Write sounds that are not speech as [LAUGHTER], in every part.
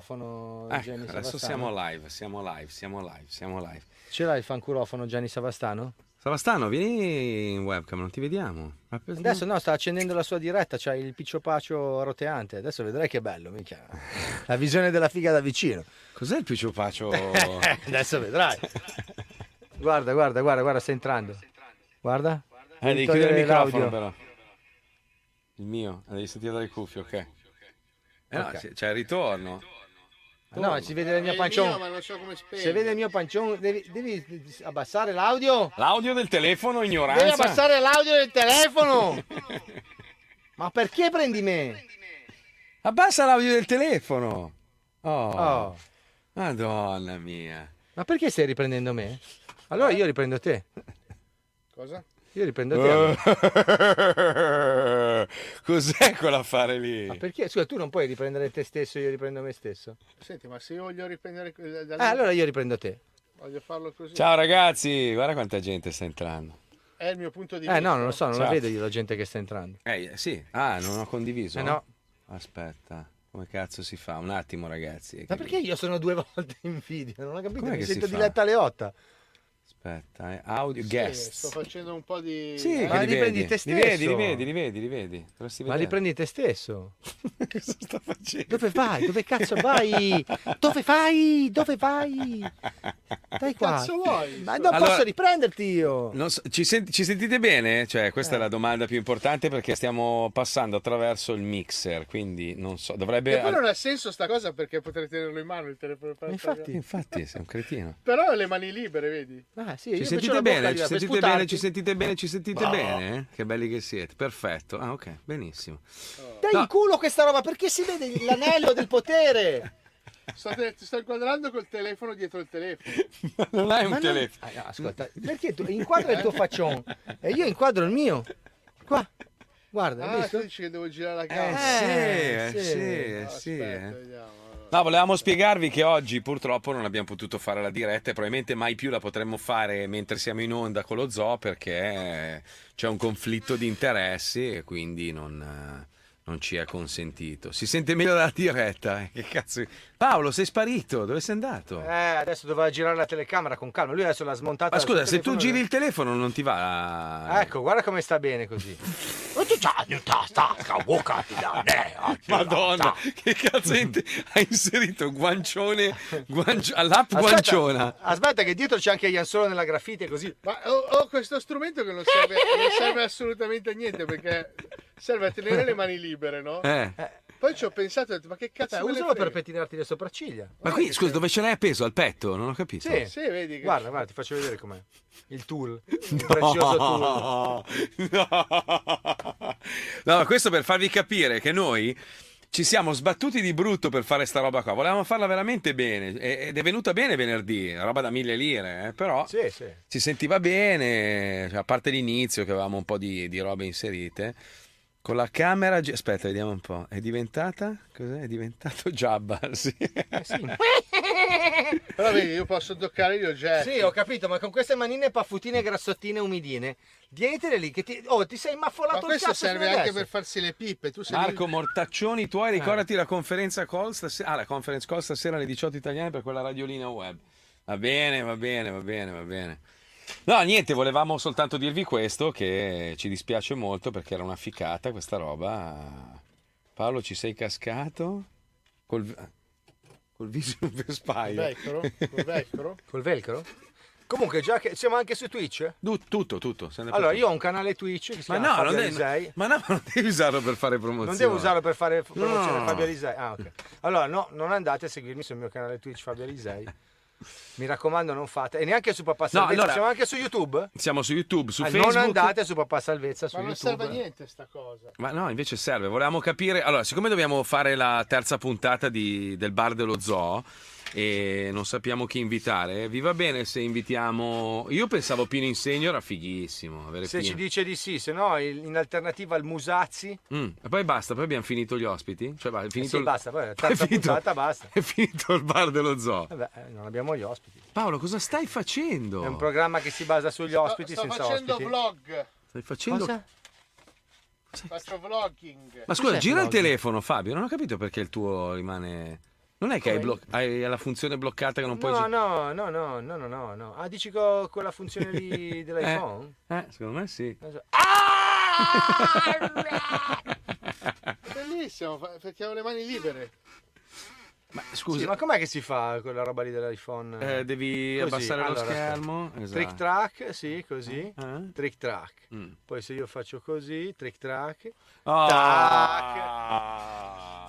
fanculofono Ecco, Gianni adesso Savastano? siamo live, siamo live, siamo live, siamo live. Ce l'hai il fanculofono Gianni Savastano? Savastano, vieni in webcam, non ti vediamo. Ma per- Adesso no, sta accendendo la sua diretta, c'ha il picciopaccio roteante. Adesso vedrai che bello, [LAUGHS] minchia. La visione della figa da vicino. Cos'è [LAUGHS] il picciopaccio? Eh, adesso vedrai. Guarda, guarda, guarda, guarda, sta entrando. Guarda. eh, Devi devi togliere chiudere il microfono l'audio. però. Il mio, eh, devi sentire dalle cuffie, ok. Eh, no, Ok. c'è- c'è il ritorno. Oh. No, si vede il mio pancione. Eh, non so come spegnere. Se vede il mio pancione, devi, devi abbassare l'audio. L'audio del telefono, ignoranza. Devi [LAUGHS] abbassare l'audio del telefono. Ma perché prendi me? Abbassa l'audio del telefono. Oh, Oh. madonna mia. Ma perché stai riprendendo me? Allora io riprendo te. Cosa? Io riprendo te. allora. Eh, [LAUGHS] Cos'è quell'affare lì? Ma perché? Scusa, tu non puoi riprendere te stesso, io riprendo me stesso. Senti, ma se io voglio riprendere eh, da lì, Ah, allora io riprendo te. voglio farlo così. Ciao ragazzi, guarda quanta gente sta entrando. È il mio punto di Eh vista. no, non lo so, non la Ciao. vedo io la gente che sta entrando. Eh sì, ah non ho condiviso? Eh no. Aspetta, come cazzo si fa? Un attimo ragazzi. Ma perché io sono due [LAUGHS] volte in video? Non ho capito, Com'è mi che sento si di fa? letta alle 8. Aspetta, eh, audio, Sì, guest. sto facendo un po' di Eh, Sì, che Ma li li prendi vedi. te Li vedi, stesso. li vedi, li vedi, li vedi. Dovresti Ma vedere. riprendi te stesso. [LAUGHS] Cosa sta facendo? Dove vai? Dove cazzo vai? Dove vai? Dove vai? [LAUGHS] Dai qua. Cazzo vuoi? Ma non Allora- posso riprenderti io. Non so- ci, sent- ci sentite bene? Cioè, Eh. questa è la domanda più importante perché stiamo passando attraverso il mixer, quindi non so, dovrebbe... E poi non ha senso sta cosa perché potrei tenerlo in mano il telefono per Infatti. Infatti, sei un cretino. Però ho le mani libere, vedi? Ah, sì, Ci io invece ho sentite la bocca bene? Ci libera per sentite bene? sputarti. Ci sentite bene? Ci sentite Ma- bene? eh? Che belli che siete. Perfetto. Ah, ok, benissimo. Dai No. in culo questa roba, perché si vede l'anello del [LAUGHS] potere? Sto te- ti sto inquadrando col telefono dietro il telefono. Ma non hai un Ma non- telefono. Ah, no, [LAUGHS] ascolta, perché tu inquadra il tuo faccione e io inquadro il mio. Qua, guarda, hai Ah, tu visto? dici che devo girare la Eh, gamba. sì, Eh, eh, sì. sì, eh, No, sì, aspetta, eh. vediamo, allora. No, volevamo spiegarvi che oggi purtroppo non abbiamo potuto fare la diretta e probabilmente mai più la potremmo fare mentre siamo in onda con lo zoo perché eh, c'è un conflitto di interessi e quindi non, eh, non ci è consentito. Si sente meglio la diretta. eh? Che cazzo? Paolo, sei sparito? Dove sei andato? Eh, adesso doveva girare la telecamera con calma, lui adesso l'ha smontata. Ma dal scusa, suo se tu telefono. giri il telefono non ti va. Ecco, guarda come sta bene così. Madonna, che cazzo hai [LAUGHS] ha inserito guancione, guancio, all'app guanciona. aspetta che dietro c'è anche Iansolo nella graffite così. Ma ho, ho questo strumento che non serve, non serve assolutamente a niente perché serve a tenere le mani libere, no? Eh. Poi ci ho pensato, ho detto, ma che cazzo Cioè, me ne usalo per frega? pettinarti le sopracciglia. Ma qui, scusa, dove ce l'hai appeso? Al petto? Non ho capito. [LAUGHS] Sì. Sì, vedi che... Guarda, guarda, ti faccio vedere com'è. Il tool, il prezioso tool. No, no. No, questo per farvi capire che noi ci siamo sbattuti di brutto per fare sta roba qua. Volevamo farla veramente bene e- ed è venuta bene venerdì, roba da mille lire, eh, però Sì, sì. si sentiva bene, cioè, a parte l'inizio che avevamo un po' di, di robe inserite. Con la camera, gi- aspetta, vediamo un po'. È diventata? Cos'è? È diventato [LAUGHS] Jabba, sì. Però vedi, io posso toccare gli oggetti. Eh, Sì, ho capito, ma con queste manine pafutine, grassottine, umidine, dietele lì che ti, oh, ti sei Ma maffolato il questo cazzo serve fino anche adesso. per farsi le pippe. Tu sei Marco Mortaccioni, tu hai ricordati la conferenza call stasera, ah, la conference call stasera alle 18 italiane per quella radiolina web. Va bene, va bene, va bene, va bene. No, niente, volevamo soltanto dirvi questo che ci dispiace molto perché era una ficata questa roba. Paolo, ci sei cascato? Col, col viso in il [LAUGHS] vespaio. vecchio, il vecchio. Col velcro? Comunque, già che siamo anche su Twitch? eh? [LAUGHS] Du- tutto, tutto. siamo dappertutto. Allora, io ho un canale Twitch che si ma chiama no, Fabio non Alisei. devi, ma no, [LAUGHS] non devi usarlo per fare promozione. Non devo usarlo per fare f- No. promozione Fabio Alisei. Ah, ok. Allora, no, non andate a seguirmi sul mio canale Twitch Fabio Alisei. Mi raccomando, non fate. E neanche su Papà Salvezza. allora- Siamo anche su YouTube. Siamo su YouTube, su Ah, Facebook. Non andate su Papà Salvezza su Ma non YouTube. serve a niente sta cosa. Ma no, invece serve. Volevamo capire. Allora, siccome dobbiamo fare la terza puntata di- del bar dello zoo e non sappiamo chi invitare, vi va bene se invitiamo. Io pensavo Pino Insegno era fighissimo. Avere Se ci Pino. dice di sì, se no il- in alternativa al Musazzi. eh Mm, E poi basta, poi abbiamo finito gli ospiti. Cioè, va, è finito sì, il- basta, poi la terza [LAUGHS] è finito- puntata, basta. [LAUGHS] È finito il bar dello zoo. Vabbè, eh, non abbiamo gli ospiti. Paolo, cosa stai facendo? È un programma che si basa sugli ospiti sto senza facendo ospiti. vlog, Stai facendo. Cosa? faccio vlogging. Ma scusa, Cos'è gira il vlog? telefono, Fabio. Non ho capito perché il tuo rimane. Non è che hai, Come? bloc- hai la funzione bloccata che non puoi No, gi- no, no, no, no, no, no, no. Ah, dici co- quella funzione [LAUGHS] lì dell'iPhone? Eh, secondo me sì. Non so. Ah, Bellissimo, fa- mettiamo le mani libere. Ma Scusa, [LAUGHS] scusa, ma com'è che si fa quella roba lì dell'iPhone? eh, devi Così, abbassare lo allora, schermo. aspetta. Esatto. Trick track, sì, così. Eh? Trick track. Mm. Poi se io faccio così, trick track. Oh. Ah.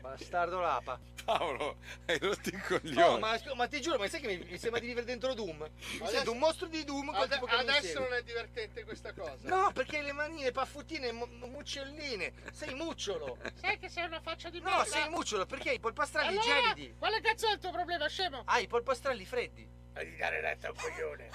Bastardo lapa. [LAUGHS] Paolo, hai rotto i coglioni. Oh, ma, scu- ma ti giuro, ma sai che mi, mi sembra di vivere dentro Doom? Mi Adesso- sento un mostro di Doom col Ad- tipo che mi adesso insegue. non è divertente questa cosa. No, perché le manine, paffuttine, mu- muccelline. Sei [LAUGHS] mucciolo. Sai che sei una faccia di merda? No, sei mucciolo perché hai i polpastrelli Allora, gelidi. quale cazzo è il tuo problema, scemo? Hai i polpastrelli freddi. Devi dare retta a un [LAUGHS] coglione.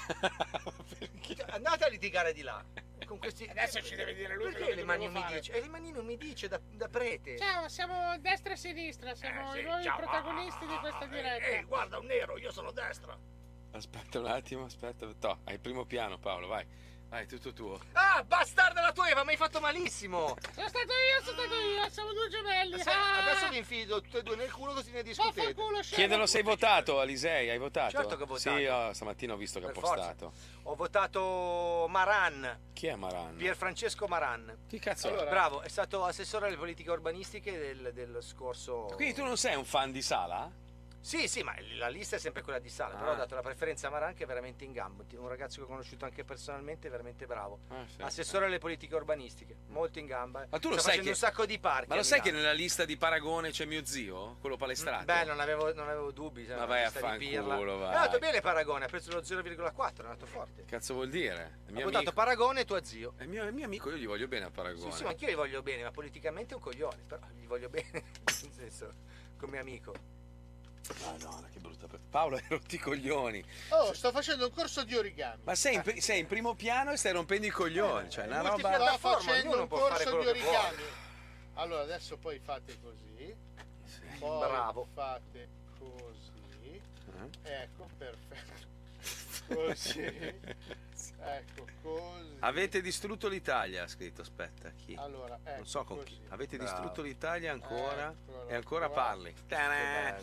Cioè, Andate a litigare di là. Con questi... Adesso ci deve dire lui Perché quello le che mani dobbiamo mi fare. dice? E le mani non mi dice da, da prete. Ciao, siamo destra e sinistra, Certo, Eh, siamo Eh, i nuovi protagonisti di questa diretta. guarda un nero, io sono destra. Aspetta un attimo, aspetta. Toh, hai il primo piano, Paolo, vai. Vai, tutto tuo. Ah, bastarda la tua Eva, mi hai fatto malissimo. Sono stato io, sono stato io, siamo due gemelli. Ah, Adesso, adesso vi infido tutte e due nel culo così ne discutete. Vaffanculo, scemo. Chiedelo se hai votato, Alisei, hai votato? Certo che ho votato. Sì, oh, stamattina ho visto che ha Per forza. postato. Ho votato Maran, Chi è Maran? Pierfrancesco Maran. Chi cazzo è? Allora- Bravo, è stato assessore alle politiche urbanistiche del, del scorso. Quindi tu non sei un fan di Sala? Sì, sì, ma la lista è sempre quella di Sala. Però Ah. ho dato la preferenza a Maran, che è veramente in gamba. Un ragazzo che ho conosciuto anche personalmente, veramente bravo. Assessore alle politiche urbanistiche, molto in gamba. Ma tu lo Sta sai facendo che- un sacco di parchi. Ma a lo sai che Milano. Mm, nella lista di paragone c'è mio zio? Quello palestrato? Beh, non avevo, non avevo dubbi. sai, una Ma vai a lista di fanculo, pirla. vai. È andato bene Paragone, ha preso lo 0,4, è andato forte. Cazzo vuol dire? È Ha mio, votato amico, Paragone e tuo zio. è mio, è mio amico, io gli voglio bene a paragone. Sì, sì, ma anch'io gli voglio bene, ma politicamente è un coglione, però gli voglio bene, [LAUGHS] nel senso, come amico. Madonna, che brutta. per- Paolo hai rotto i coglioni. Oh, sto facendo un corso di origami. Ma sei in, pri- sei in primo piano e stai rompendo i coglioni. Cioè, una Molti roba. piano- Sto piattaforma, facendo ognuno un può fare corso di quello che vuole. origami. Allora, adesso poi fate così. Poi Bravo. fate così. Eh? Ecco, perfetto. Oh, Così. Ecco, così. [LAUGHS] Avete distrutto l'italia, ha scritto. Aspetta, chi? Allora, ecco, non so con così. chi. Avete Bravo. distrutto l'Italia ancora Eccolo e ancora qua. parli. Ta-da!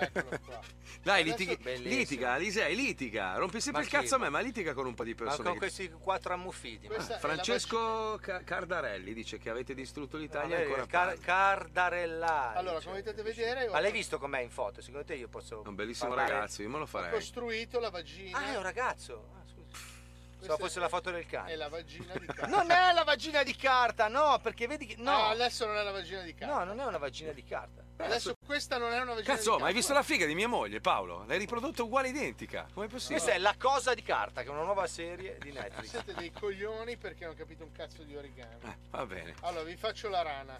Eccolo [LAUGHS] qua. Dai, Adesso- litighi- Bellissimo. litiga, Alisei, litiga. Rompi sempre Ma il cazzo a chi? me, ma litiga con un po' di Ma persone. con che- "Ah, questi quattro ammuffiti. ma- Questa è la Francesco Ca- Cardarelli dice che avete distrutto l'Italia e Vabbè, eh, ancora car- parli. cardarellari, Allora, cioè, come potete dici. vedere, ho- Ma l'hai visto com'è in foto? Secondo te io posso... È un bellissimo parlare- ragazzo, io me lo ho farei. costruito la vagina. Ah, è un ragazzo. Ah, scusi. Questa Se fosse la foto del È cane. la vagina di carta. Non è la vagina di carta, no, perché vedi che... Ah, No, adesso non è la vagina di carta. no, non è una vagina di carta. Adesso questa non è una vagina di Cazzo, carta. ma hai visto la figa di mia moglie, Paolo? L'hai riprodotta uguale identica. Come è possibile? Questa è la cosa di carta, che è una nuova serie di [LAUGHS] Netflix. Siete dei coglioni perché non capite un cazzo di origami. Eh, va bene. Allora, vi faccio la rana.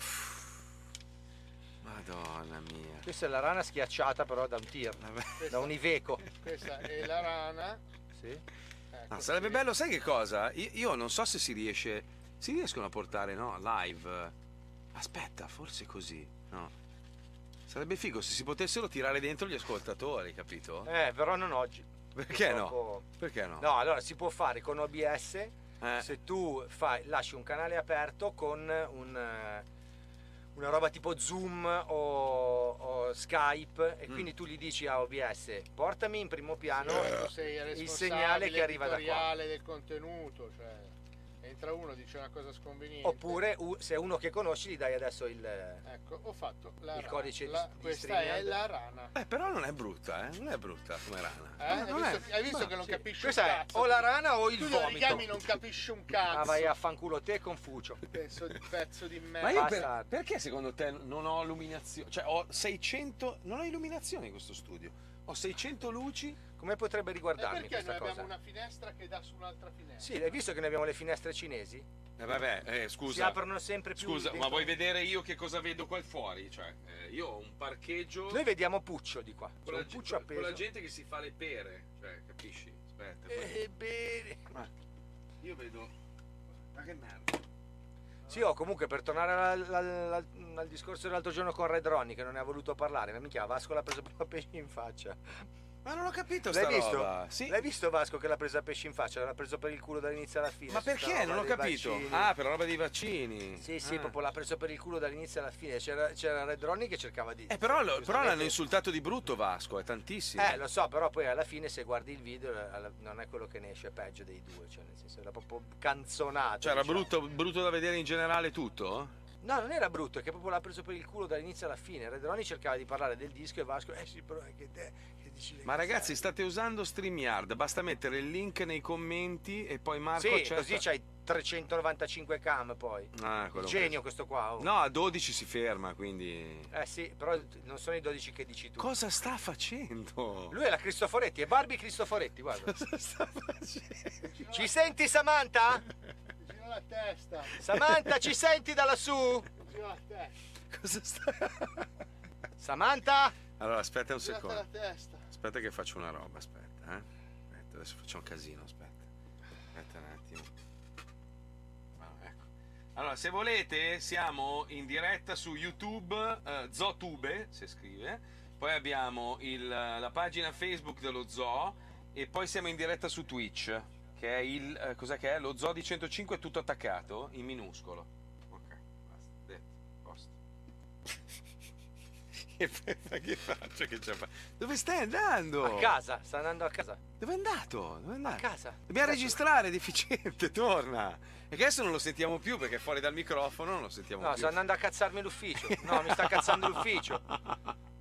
Madonna mia. Questa è la rana schiacciata però da un tir, Eh, Vabbè. da un Iveco. Questa è la rana. Sì. Ecco Ah, sarebbe qui. bello, sai che cosa? Io, io non so se si riesce. Si riescono a portare, no? Live. Aspetta, forse così, no? Sarebbe figo se si potessero tirare dentro gli ascoltatori, capito? Eh, però non oggi. Perché no? Purtroppo- Perché no? No, allora si può fare con OBS Eh, se tu fai, lasci un canale aperto con un, eh, una roba tipo Zoom o, o Skype e Mm. quindi tu gli dici a OBS portami in primo piano Tu sei il responsabile segnale che arriva da qua. editoriale del contenuto, cioè entra uno dice una cosa sconveniente. Oppure u- se è uno che conosci gli dai adesso il... eh, ecco, ho fatto la Il rana. codice di- La- di questa è StreamYard. la rana. Eh, però non è brutta, eh? Non è brutta come rana. Eh? Hai Non visto, è- hai visto ma- che non Sì. capisci Questa un è cazzo? o la rana o il tu gli origami vomito. non capisci un Ah, cazzo. vai a fanculo te Confucio. Penso di pezzo di merda. Ma io Basta. per- perché secondo te non ho illuminazione? Cioè, ho 600. Non ho illuminazione in questo studio. Ho 600 luci. Come potrebbe E riguardarmi perché noi questa abbiamo cosa? una finestra che dà su un'altra finestra? Sì, hai visto che noi abbiamo le finestre cinesi? Eh, vabbè, eh, Si scusa. aprono sempre più. Scusa, ma dentro. vuoi vedere io che cosa vedo qua fuori? Cioè, eh, io ho un parcheggio. Noi vediamo Puccio di qua. C'è con la, un ge- Puccio con la appeso. gente che si fa le pere. Cioè, capisci? Aspetta. poi- Eh, Ebbene. Eh. Ma io vedo. Ma che merda. Sì, oh, comunque per tornare al, al- al- [LAUGHS] al discorso dell'altro giorno con Red Ronnie che non ne ha voluto parlare, ma minchia, Vasco l'ha preso proprio in faccia. Ma non ho capito L'hai sta visto? roba. Sì. L'hai visto Vasco che l'ha presa a pesci in faccia? L'ha preso per il culo dall'inizio alla fine. Ma su sta perché? Non roba ho dei capito. vaccini. Ah, per la roba dei vaccini. Sì, sì, Ah. proprio l'ha preso per il culo dall'inizio alla fine. C'era, c'era Red Ronnie che cercava di. Eh, però, lo- però l'hanno giustamente- insultato di brutto Vasco, è tantissimo. Eh, lo so, però poi alla fine se guardi il video alla- non è quello che ne esce peggio dei due, cioè nel senso era proprio canzonato. Cioè, era diciamo. brutto, brutto da vedere in generale tutto? No, non era brutto, è che proprio l'ha preso per il culo dall'inizio alla fine. Red Ronnie cercava di parlare del disco e Vasco, eh sì, però è che te che dici le Ma cazzate." ragazzi, state usando StreamYard, basta mettere il link nei commenti e poi Marco certo. Sì, accetta- così c'hai 395 cam poi. Ah, Il quello- Genio questo qua. oh. No, a 12 si ferma, quindi... Eh sì, però non sono i 12 che dici tu. Cosa sta facendo? Lui è la Cristoforetti, è Barbie Cristoforetti, guarda. [LAUGHS] Cosa sta facendo? Ci senti Samantha? Gira la testa, Ah. Samantha, ci senti da lassù? gira la testa, [LAUGHS] Cosa sta... Samantha? Allora, aspetta un gira la secondo. testa. Aspetta che faccio una roba, aspetta, eh. Aspetta, adesso faccio un casino, aspetta. Aspetta un attimo. Ah, ecco. Allora, se volete, siamo in diretta su YouTube, eh, Zootube, se scrive. Poi abbiamo il- la pagina Facebook dello Zoo e poi siamo in diretta su Twitch, che è il eh, cos'è che è? Lo Zoo di 105 tutto attaccato in minuscolo. Ok, basta, detto, posto. [LAUGHS] che, fa- che faccio che c'è fa- Dove stai andando? A casa, sta andando a casa. Dove è andato? Dove è A andato? casa. Dobbiamo Adesso- registrare, deficiente, [LAUGHS] torna. E che adesso non lo sentiamo più perché è fuori dal microfono non lo sentiamo No, più. sta andando a cazzarmi l'ufficio. No, mi sta [LAUGHS] cazzando l'ufficio.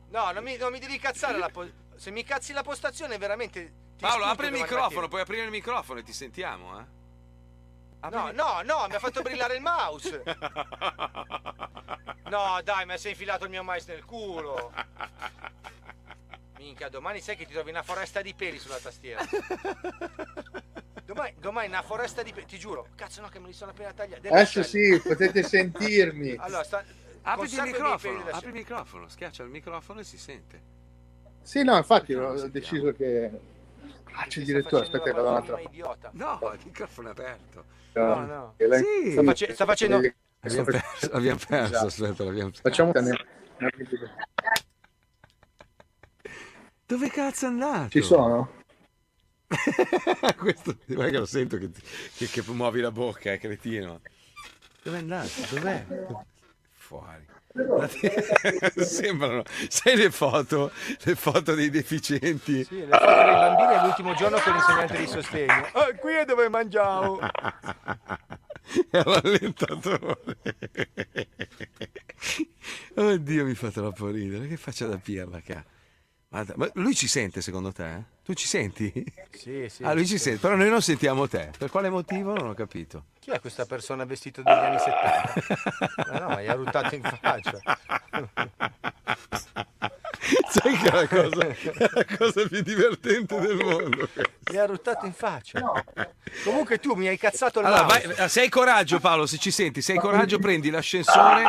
No, non mi, non mi devi cazzare la po- Se mi cazzi la postazione, veramente. ti Paolo, sputo apri il domani microfono, mattina. puoi aprire il microfono e ti sentiamo, eh? Apri il- [LAUGHS] No, no, no, mi ha fatto brillare il mouse. No, dai, mi sei infilato il mio mais nel [LAUGHS] culo. Minchia, domani sai che ti trovi una foresta di peli sulla tastiera. Domani, domani una foresta di peli, ti giuro. Cazzo, no, che me li sono appena tagliati. Delle Adesso ascelle. Eh, sì, potete [LAUGHS] sentirmi. Allora, sta. Apri il conserva i miei peli microfono, d'ascelle. apri il microfono, schiaccia il microfono e si sente. Sì, no, infatti Sentiamo, ho sentiamo. deciso che... Ah, c'è il Sta direttore, facendo aspetta che la vado Eh. un'altra palma idiota. No, il microfono è aperto. No, no. Che lei- Sì. Sta, face- sta facendo. Abbiamo perso, Esatto. abbiamo perso, aspetta, l'abbiamo perso. Esatto. Facciamo una- una- Dove cazzo è andato? Ci sono? [LAUGHS] Questo, guarda che lo sento che, che- che muovi la bocca, eh, cretino. Dov'è andato? Dov'è? Fuori. La te- [LAUGHS] Sembrano, sai le foto, le foto dei [LAUGHS] deficienti? Sì, le foto dei bambini è l'ultimo giorno con l'insegnante di sostegno. Ah, qui è dove mangiamo. È l'allentatore. Oddio, mi fa troppo ridere. Che faccia da pirla, ca. Guarda, Ma lui ci sente secondo te? eh? Tu ci senti? Sì, sì. Ah, lui ci sente, però noi non sentiamo te. Per quale motivo? Non ho capito. Chi è questa persona vestita degli anni 70? [LAUGHS] Ah. Ma no, ma gli ha ruttato in faccia. Sai che è la cosa, è la cosa più divertente del mondo. Gli ha ruttato in faccia. Comunque tu mi hai cazzato il Allora, mouse. vai, se hai coraggio, Paolo, se ci senti, se hai coraggio, prendi l'ascensore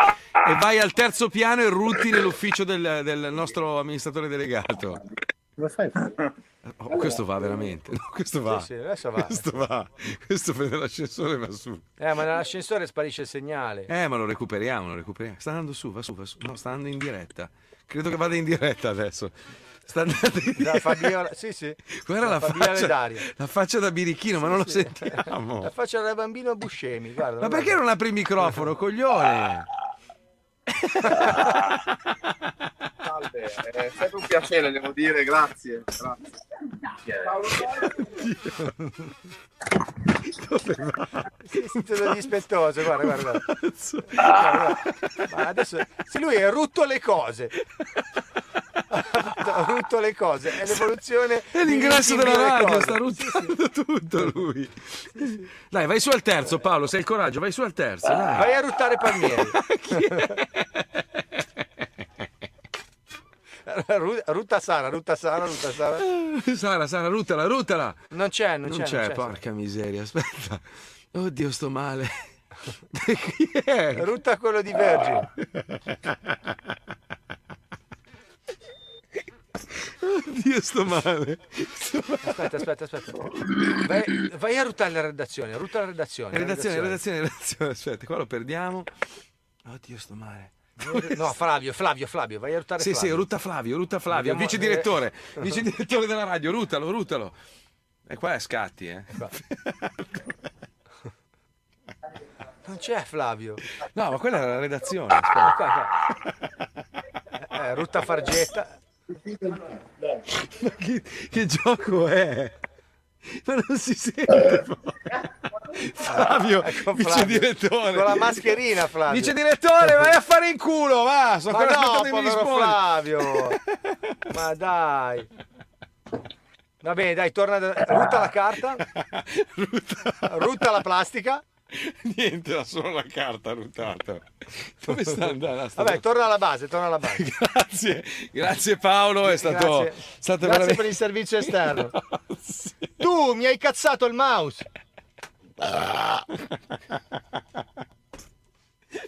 e vai al terzo piano e rutti nell'ufficio del, del nostro amministratore delegato. Come fai? Oh, questo va veramente. No, questo va. Sì, sì, adesso va. Questo va. Questo prende l'ascensore e va su. Eh, ma nell'ascensore sparisce il segnale. Eh, ma lo recuperiamo, lo recuperiamo. Sta andando su, va su, va su. No, sta andando in diretta. Credo che vada in diretta adesso. Sta andando in Da diretta. Fabiola, sì, sì. [LAUGHS] Guarda Da la Fabiola faccia, Dario. la faccia da birichino, ma non lo Sì. [LAUGHS] La sentiamo. faccia da bambino Buscemi, guarda. Ma perché non apri il microfono, coglione? Salve, è eh. sempre un piacere, devo dire, grazie. [LAUGHS] Dove va? Sì, sì, sono dispettoso, guarda, guarda, guarda. [LAUGHS] Cazzo. Guarda, guarda. Ma adesso se lui è rutto le cose. Ha rutto le cose, è l'evoluzione È l'ingresso di riempire della le radio, cose. sta ruttando [LAUGHS] tutto lui. Dai, vai su al terzo, Paolo, se hai il coraggio, vai su al terzo, dai. Vai a ruttare palmieri. Chi Ru- Rutta Sara, rutta Sara, rutta Sara. è? [LAUGHS] Sara, Sara, ruttala, ruttala. Non c'è, non, Non, c'è, c'è, non c'è. porca miseria, aspetta. Oddio, sto male. [LAUGHS] Chi è? Rutta quello di Vergine. Oddio, sto male. Sto male. Aspetta, aspetta, aspetta. Vai, vai a ruttare la redazione, rutta la redazione. la Redazione, redazione, redazione, aspetta, qua lo perdiamo. Oddio, sto male. No, Flavio, Flavio, Flavio, vai a ruttare Sì, sì, Flavio. eh, Rutta Flavio, Rutta Flavio, Andiamo- vice direttore, vice direttore della radio, rutalo, rutalo. E qua è scatti, eh. Non c'è Flavio. No, ma quella era la redazione. Qua, aspetta. qua. Eh, rutta Fargetta. Ma che, che gioco è? Ma non si sente poi. Flavio, Ah, Eh. ecco vice Flavio. direttore. Con la mascherina, Flavio. Vice direttore, vai a fare in culo, va. Sto Ma ancora no, aspettando di povero rispondere. [LAUGHS] Flavio. Ma dai. Va bene, dai, torna. da- Rutta la carta, Rutta. rutta la plastica. Niente, era solo la carta ruttata. [LAUGHS] Dove sta andando? Ah, sta- Vabbè, torna alla base, torna alla base. grazie, grazie Paolo, è stato, Grazie, stato Grazie veramente- per il servizio [LAUGHS] esterno. Grazie. Tu mi hai cazzato il mouse. Ah.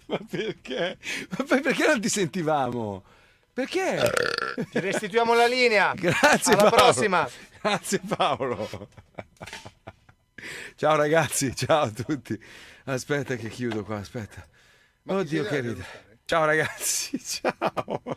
Ma perché? Ma poi perché non ti sentivamo? Perché? Ti restituiamo la linea. Grazie Alla Paolo. prossima. Grazie Paolo. Ciao ragazzi, ciao a tutti. Aspetta che chiudo qua, aspetta. Ma chi Oddio si che deve ride. aiutare? Ciao ragazzi, [LAUGHS] ciao.